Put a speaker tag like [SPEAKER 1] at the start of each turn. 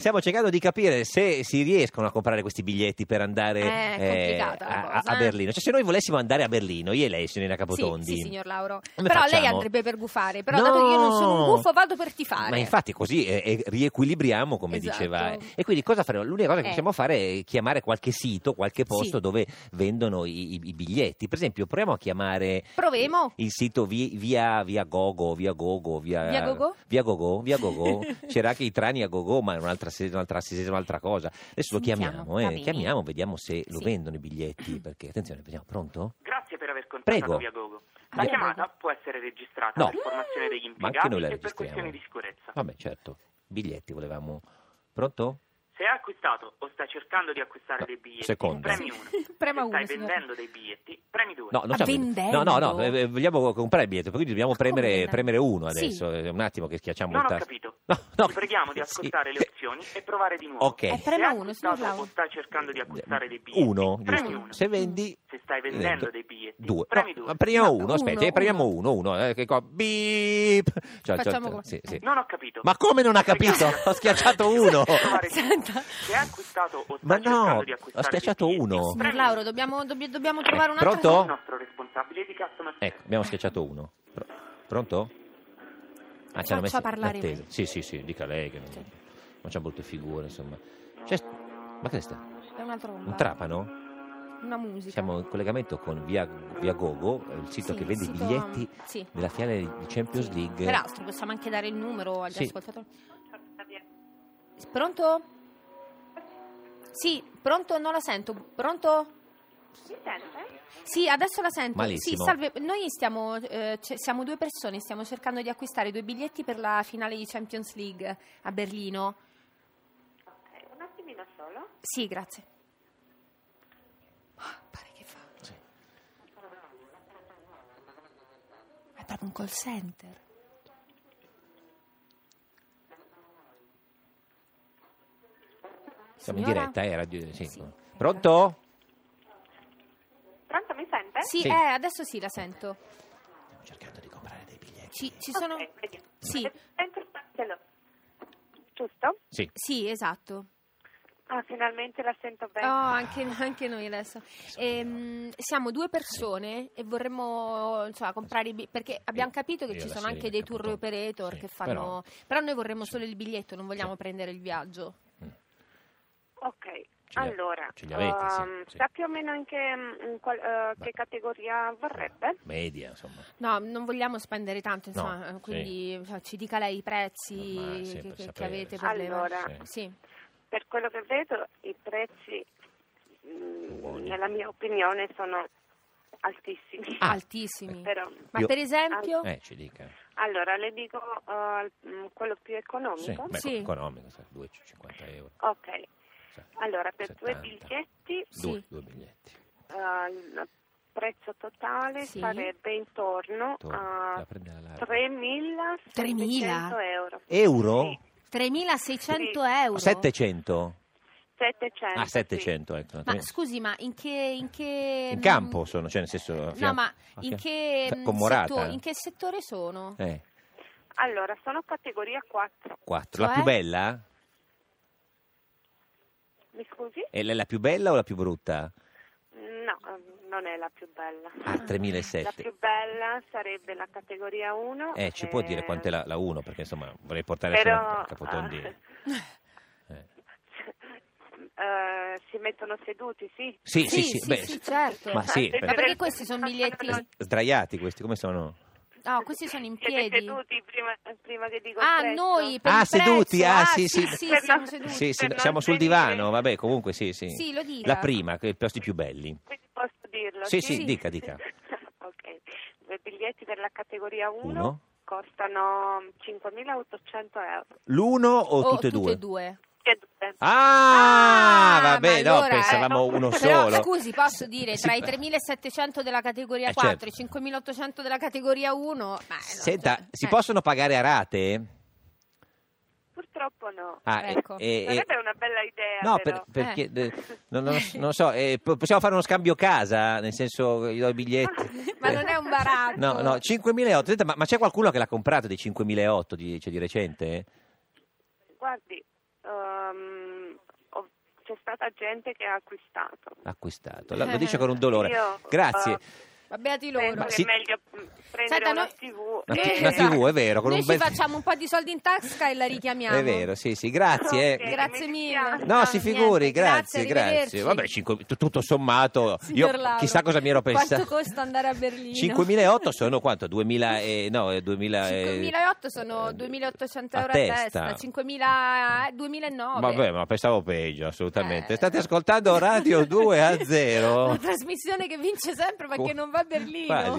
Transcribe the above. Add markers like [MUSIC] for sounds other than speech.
[SPEAKER 1] Stiamo cercando di capire se si riescono a comprare questi biglietti per andare
[SPEAKER 2] Eh,
[SPEAKER 1] eh,
[SPEAKER 2] complicata la
[SPEAKER 1] a,
[SPEAKER 2] cosa,
[SPEAKER 1] a
[SPEAKER 2] eh.
[SPEAKER 1] Berlino. Cioè, se noi volessimo andare a Berlino, io e lei, signorina Capotondi.
[SPEAKER 2] Sì, sì, signor Lauro.
[SPEAKER 1] Come
[SPEAKER 2] però
[SPEAKER 1] facciamo?
[SPEAKER 2] lei andrebbe per gufare. Però
[SPEAKER 1] No!
[SPEAKER 2] dato che io non sono un gufo, vado per tifare.
[SPEAKER 1] Ma infatti così eh, eh, riequilibriamo, come
[SPEAKER 2] Esatto.
[SPEAKER 1] diceva. eh. E quindi cosa faremo? L'unica cosa che
[SPEAKER 2] Eh.
[SPEAKER 1] possiamo fare è chiamare qualche sito, qualche posto
[SPEAKER 2] Sì.
[SPEAKER 1] dove vendono i, i- i biglietti. Per esempio, proviamo a chiamare
[SPEAKER 2] Proviamo.
[SPEAKER 1] il sito vi- via, via Gogo, via Gogo, via,
[SPEAKER 2] Via Gogo?
[SPEAKER 1] via Gogo, via
[SPEAKER 2] [LAUGHS]
[SPEAKER 1] Gogo. C'era anche i trani a Gogo, ma è un'altra, se- un'altra, se- un'altra cosa. Adesso lo
[SPEAKER 2] Sentiamo,
[SPEAKER 1] chiamiamo,
[SPEAKER 2] va
[SPEAKER 1] eh.
[SPEAKER 2] bene.
[SPEAKER 1] chiamiamo, vediamo se lo
[SPEAKER 2] Sì.
[SPEAKER 1] vendono i biglietti, perché attenzione, vediamo, pronto?
[SPEAKER 3] Grazie per aver
[SPEAKER 1] Prego.
[SPEAKER 3] contattato Via Gogo. La
[SPEAKER 1] Prego.
[SPEAKER 3] chiamata può essere registrata
[SPEAKER 1] No.
[SPEAKER 3] per formazione degli
[SPEAKER 1] Ma anche
[SPEAKER 3] impiegati
[SPEAKER 1] noi la
[SPEAKER 3] e per
[SPEAKER 1] registriamo.
[SPEAKER 3] questioni di sicurezza.
[SPEAKER 1] Vabbè, certo, biglietti volevamo. Pronto?
[SPEAKER 3] Se hai acquistato o stai cercando di acquistare dei biglietti,
[SPEAKER 1] Secondo.
[SPEAKER 3] premi 1.
[SPEAKER 2] [LAUGHS] Prema
[SPEAKER 3] Se
[SPEAKER 2] uno,
[SPEAKER 3] stai
[SPEAKER 2] signor.
[SPEAKER 3] vendendo dei biglietti, premi 2.
[SPEAKER 1] No, non
[SPEAKER 2] Ah,
[SPEAKER 1] stiamo-
[SPEAKER 2] vendendo? Ah,
[SPEAKER 1] No, no, no, eh, eh, vogliamo comprare il biglietto, quindi dobbiamo
[SPEAKER 2] come
[SPEAKER 1] premere,
[SPEAKER 2] vendendo?
[SPEAKER 1] premere uno
[SPEAKER 2] Sì.
[SPEAKER 1] adesso, eh, un attimo che schiacciamo
[SPEAKER 3] Non
[SPEAKER 1] il
[SPEAKER 3] ho
[SPEAKER 1] tasto.
[SPEAKER 3] capito.
[SPEAKER 1] No, no,
[SPEAKER 3] Ti preghiamo di
[SPEAKER 1] sì.
[SPEAKER 3] ascoltare le opzioni e provare di nuovo.
[SPEAKER 1] Ok. Eh,
[SPEAKER 3] Se
[SPEAKER 2] prema
[SPEAKER 3] hai
[SPEAKER 2] uno, signor
[SPEAKER 3] acquistato
[SPEAKER 2] Lauro.
[SPEAKER 3] o stai cercando di acquistare dei biglietti,
[SPEAKER 1] Uno,
[SPEAKER 3] premi
[SPEAKER 1] giusto.
[SPEAKER 3] 1.
[SPEAKER 1] Se vendi
[SPEAKER 3] Se stai vendendo dei biglietti,
[SPEAKER 1] Esatto. due.
[SPEAKER 3] premi
[SPEAKER 1] No,
[SPEAKER 3] due.
[SPEAKER 1] premiamo
[SPEAKER 2] No,
[SPEAKER 1] uno,
[SPEAKER 2] uno,
[SPEAKER 1] aspetta, eh, premiamo uno, uno, eh, che qua beep. Cioè,
[SPEAKER 2] Facciamo
[SPEAKER 1] cioè,
[SPEAKER 2] co-
[SPEAKER 1] sì, sì.
[SPEAKER 3] Non ho capito.
[SPEAKER 1] Ma come non ha
[SPEAKER 3] [LAUGHS]
[SPEAKER 1] capito?
[SPEAKER 3] Ragazzi.
[SPEAKER 1] Ho schiacciato uno.
[SPEAKER 3] Provare di nuovo.
[SPEAKER 2] Senta.
[SPEAKER 3] Se hai acquistato o stai
[SPEAKER 1] Ma no,
[SPEAKER 3] cercando di
[SPEAKER 1] ho
[SPEAKER 3] acquistare dei
[SPEAKER 1] schiacciato
[SPEAKER 3] biglietti,
[SPEAKER 1] uno.
[SPEAKER 2] Signor
[SPEAKER 3] premi
[SPEAKER 2] Lauro, dobbiamo, dobb- dobbiamo trovare un altro...
[SPEAKER 1] Pronto?
[SPEAKER 3] Il nostro responsabile di customer
[SPEAKER 1] Ecco, abbiamo schiacciato uno. Pro- Pronto? Ah,
[SPEAKER 2] Faccia
[SPEAKER 1] messo in
[SPEAKER 2] parlare me.
[SPEAKER 1] attesa. Sì, sì, sì, dica lei che non facciamo brutte figure, insomma. C'è st- Ma che è sta?
[SPEAKER 2] È una tromba.
[SPEAKER 1] Un trapano?
[SPEAKER 2] Una musica.
[SPEAKER 1] Siamo in collegamento con Via, Via Gogo, eh, il sito
[SPEAKER 2] Sì,
[SPEAKER 1] che vende i
[SPEAKER 2] sito-
[SPEAKER 1] biglietti
[SPEAKER 2] Sì.
[SPEAKER 1] della finale di Champions
[SPEAKER 2] Sì.
[SPEAKER 1] League.
[SPEAKER 2] Peraltro possiamo anche dare il numero agli
[SPEAKER 1] Sì.
[SPEAKER 2] ascoltatori. Pronto? Sì, pronto? Non la sento. Pronto? Sì, adesso la sento.
[SPEAKER 1] Malissimo.
[SPEAKER 2] Sì, salve. Noi stiamo, eh, ce- siamo due persone, stiamo cercando di acquistare due biglietti per la finale di Champions League a Berlino.
[SPEAKER 4] Ok, un attimino solo.
[SPEAKER 2] Sì, grazie. Ah, pare che fa.
[SPEAKER 1] Sì.
[SPEAKER 2] È proprio un call center.
[SPEAKER 1] Siamo
[SPEAKER 2] Signora?
[SPEAKER 1] in diretta, eh, radio- sì.
[SPEAKER 2] Sì.
[SPEAKER 1] Pronto?
[SPEAKER 4] Pronto, mi sente?
[SPEAKER 2] Sì,
[SPEAKER 1] Sì.
[SPEAKER 2] eh, adesso sì, la sento.
[SPEAKER 1] Stiamo cercando di comprare dei biglietti.
[SPEAKER 2] Ci, ci sono...
[SPEAKER 4] Ok, vediamo.
[SPEAKER 2] Sì.
[SPEAKER 4] Sento solo. Giusto?
[SPEAKER 1] Sì.
[SPEAKER 2] Sì, esatto.
[SPEAKER 4] Ah, finalmente la sento
[SPEAKER 2] Oh,
[SPEAKER 4] bene.
[SPEAKER 2] anche, anche noi adesso. Ehm, siamo due persone e vorremmo insomma, comprare i bi- perché abbiamo capito che
[SPEAKER 1] Io
[SPEAKER 2] ci
[SPEAKER 1] la
[SPEAKER 2] sono
[SPEAKER 1] signorina
[SPEAKER 2] anche dei tour
[SPEAKER 1] Caputo.
[SPEAKER 2] operator
[SPEAKER 1] Sì,
[SPEAKER 2] che fanno. Però,
[SPEAKER 1] però-
[SPEAKER 2] noi vorremmo solo il biglietto, non vogliamo prendere il viaggio.
[SPEAKER 1] Mm,
[SPEAKER 4] Ok,
[SPEAKER 1] Ce li ha-
[SPEAKER 4] allora,
[SPEAKER 1] ce li avete, sì,
[SPEAKER 4] ehm,
[SPEAKER 1] sì.
[SPEAKER 4] sa più o meno in che, in qual- eh,
[SPEAKER 1] Beh.
[SPEAKER 4] che categoria vorrebbe?
[SPEAKER 1] Media, insomma.
[SPEAKER 2] No, non vogliamo spendere tanto,
[SPEAKER 1] No,
[SPEAKER 2] insomma, eh,
[SPEAKER 1] sì.
[SPEAKER 2] quindi cioè, ci dica lei i prezzi
[SPEAKER 1] Ormai, sì,
[SPEAKER 2] che-
[SPEAKER 1] per
[SPEAKER 2] che, che
[SPEAKER 1] sapere,
[SPEAKER 2] avete
[SPEAKER 1] sì.
[SPEAKER 2] per le-
[SPEAKER 4] Allora.
[SPEAKER 2] Sì.
[SPEAKER 4] Per quello che vedo, i prezzi, mm,
[SPEAKER 1] Buoni.
[SPEAKER 4] nella mia opinione, sono altissimi.
[SPEAKER 1] Ah.
[SPEAKER 2] altissimi.
[SPEAKER 4] [LAUGHS] Però,
[SPEAKER 2] Ma
[SPEAKER 1] Io-
[SPEAKER 2] per esempio,
[SPEAKER 1] Eh, ci dica.
[SPEAKER 4] allora, le dico eh, mm, quello più
[SPEAKER 1] Sì,
[SPEAKER 4] economico.
[SPEAKER 1] beh,
[SPEAKER 2] Sì.
[SPEAKER 1] economico, sai, 250 euro.
[SPEAKER 4] Ok,
[SPEAKER 1] sai,
[SPEAKER 4] allora, per due
[SPEAKER 1] 70.
[SPEAKER 4] biglietti
[SPEAKER 1] Due,
[SPEAKER 2] Sì.
[SPEAKER 1] due biglietti.
[SPEAKER 4] Eh, il prezzo totale
[SPEAKER 2] Sì.
[SPEAKER 4] sarebbe intorno
[SPEAKER 1] Torna, la
[SPEAKER 4] a
[SPEAKER 1] prende alla larga.
[SPEAKER 4] 3.700 euro.
[SPEAKER 1] Euro?
[SPEAKER 4] Sì,
[SPEAKER 2] 3.600 euro.
[SPEAKER 1] 700?
[SPEAKER 4] 700.
[SPEAKER 1] Ah,
[SPEAKER 4] Eh, sì.
[SPEAKER 1] 700, ecco.
[SPEAKER 2] Ma scusi, ma in che... In, che,
[SPEAKER 1] in campo sono, cioè nel senso... a
[SPEAKER 2] No,
[SPEAKER 1] fianco-
[SPEAKER 2] ma
[SPEAKER 1] a
[SPEAKER 2] in
[SPEAKER 1] fianco-
[SPEAKER 2] che,
[SPEAKER 1] Cioè,
[SPEAKER 2] mm,
[SPEAKER 1] Con Morata?
[SPEAKER 2] setto- in che settore sono?
[SPEAKER 1] Eh,
[SPEAKER 4] Allora, sono categoria 4.
[SPEAKER 1] 4. La
[SPEAKER 2] Cioè?
[SPEAKER 1] più bella?
[SPEAKER 4] Mi scusi?
[SPEAKER 1] È la, la più bella o la più brutta?
[SPEAKER 4] No, ehm, non è la più bella.
[SPEAKER 1] Ah,
[SPEAKER 4] La
[SPEAKER 1] 3007.
[SPEAKER 4] più bella sarebbe la categoria 1.
[SPEAKER 1] Eh, ci può dire quant'è la, la 1? Perché insomma vorrei portare
[SPEAKER 4] Però ah,
[SPEAKER 1] a Capotondi.
[SPEAKER 2] ah.
[SPEAKER 1] Eh.
[SPEAKER 4] [LAUGHS] eh, si mettono seduti, sì.
[SPEAKER 1] Sì, Eh, sì, sì,
[SPEAKER 2] sì,
[SPEAKER 1] beh,
[SPEAKER 2] sì, certo.
[SPEAKER 1] Ma sì,
[SPEAKER 2] Ma perché questi sono biglietti...
[SPEAKER 4] No,
[SPEAKER 1] sdraiati questi, come sono?
[SPEAKER 2] No, questi sono in
[SPEAKER 4] Siete
[SPEAKER 2] piedi.
[SPEAKER 4] seduti prima, prima che dico il
[SPEAKER 2] Ah,
[SPEAKER 4] prezzo?
[SPEAKER 2] noi per
[SPEAKER 1] Ah,
[SPEAKER 2] il prezzo.
[SPEAKER 1] seduti, ah, sì,
[SPEAKER 2] sì,
[SPEAKER 1] sì.
[SPEAKER 2] sì,
[SPEAKER 4] Per
[SPEAKER 2] siamo
[SPEAKER 4] no-
[SPEAKER 2] seduti.
[SPEAKER 1] Sì, sì,
[SPEAKER 4] per non
[SPEAKER 1] siamo sul
[SPEAKER 4] venire.
[SPEAKER 1] divano, vabbè, comunque sì, sì.
[SPEAKER 2] Sì, lo dica.
[SPEAKER 1] La prima, che i posti più belli.
[SPEAKER 4] Quindi posso dirlo?
[SPEAKER 1] Sì, sì, dica, dica.
[SPEAKER 4] [LAUGHS] ok, i biglietti per la categoria 1
[SPEAKER 1] Uno.
[SPEAKER 4] costano 5.800 euro.
[SPEAKER 1] L'uno o
[SPEAKER 2] Oh,
[SPEAKER 1] tutte e due?
[SPEAKER 4] Che due.
[SPEAKER 1] Ah,
[SPEAKER 2] Ah,
[SPEAKER 1] vabbè,
[SPEAKER 2] ma
[SPEAKER 1] no,
[SPEAKER 2] allora,
[SPEAKER 1] pensavamo
[SPEAKER 4] eh.
[SPEAKER 1] uno
[SPEAKER 2] Però
[SPEAKER 1] solo.
[SPEAKER 2] scusi, posso dire
[SPEAKER 1] Sì,
[SPEAKER 2] tra i
[SPEAKER 1] ma-
[SPEAKER 2] 3700 della categoria
[SPEAKER 1] Eh,
[SPEAKER 2] 4 e
[SPEAKER 1] certo.
[SPEAKER 2] i 5800 della categoria 1. Ma, no,
[SPEAKER 1] Senta,
[SPEAKER 2] cioè,
[SPEAKER 1] si
[SPEAKER 2] eh.
[SPEAKER 1] possono pagare a rate?
[SPEAKER 4] Purtroppo no.
[SPEAKER 1] Ah, e-
[SPEAKER 2] Ecco.
[SPEAKER 1] e- e-
[SPEAKER 4] Sarebbe una bella idea,
[SPEAKER 1] No,
[SPEAKER 4] però.
[SPEAKER 1] per- perché
[SPEAKER 4] [LAUGHS]
[SPEAKER 1] eh, non, non- non so, eh, po- possiamo fare uno scambio casa, nel senso gli do i
[SPEAKER 4] [LAUGHS]
[SPEAKER 1] biglietti.
[SPEAKER 2] Ma non è un baratto.
[SPEAKER 1] No, no, 5.008, Senta, eh? ma, ma c'è qualcuno che l'ha comprato di 5.008 di, cioè, di recente?
[SPEAKER 4] Guardi, eh, ehm, ho- c'è stata gente che ha acquistato.
[SPEAKER 1] Acquistato. Lo, lo dice con un dolore.
[SPEAKER 4] Eh, Io,
[SPEAKER 1] Grazie.
[SPEAKER 4] eh,
[SPEAKER 2] Vabbè, di loro.
[SPEAKER 4] Penso
[SPEAKER 1] Ma
[SPEAKER 4] che
[SPEAKER 1] sì.
[SPEAKER 4] è meglio mm, prendere
[SPEAKER 2] Senta,
[SPEAKER 4] una
[SPEAKER 2] noi-
[SPEAKER 4] TV.
[SPEAKER 1] Una
[SPEAKER 4] che-
[SPEAKER 1] t- una TV, è vero, con
[SPEAKER 2] Noi
[SPEAKER 1] un
[SPEAKER 2] ci
[SPEAKER 1] bel-
[SPEAKER 2] facciamo un po' di soldi in tasca e la richiamiamo.
[SPEAKER 1] È vero, sì, sì, grazie. eh.
[SPEAKER 4] Ok.
[SPEAKER 2] Grazie
[SPEAKER 4] Mi
[SPEAKER 2] mille.
[SPEAKER 4] dispiace.
[SPEAKER 1] No, si
[SPEAKER 2] niente,
[SPEAKER 1] figuri, grazie,
[SPEAKER 2] arrivederci.
[SPEAKER 1] grazie. Vabbè, cinque- t- tutto sommato,
[SPEAKER 2] Signor
[SPEAKER 1] io
[SPEAKER 2] Lauro,
[SPEAKER 1] chissà cosa mi ero
[SPEAKER 2] quanto
[SPEAKER 1] pensato.
[SPEAKER 2] costa andare a Berlino?
[SPEAKER 1] 5.008 sono quanto? 2.000 e, no, eh, 2000 e- Eh,
[SPEAKER 2] 5.008 sono 2.800
[SPEAKER 1] a
[SPEAKER 2] euro a testa, 5.000 eh, 2009.
[SPEAKER 1] Vabbè, ma pensavo peggio, assolutamente.
[SPEAKER 2] Eh.
[SPEAKER 1] State ascoltando Radio 2 a 0.
[SPEAKER 2] La trasmissione che vince sempre ma che non va a Berlino.
[SPEAKER 1] Quasi,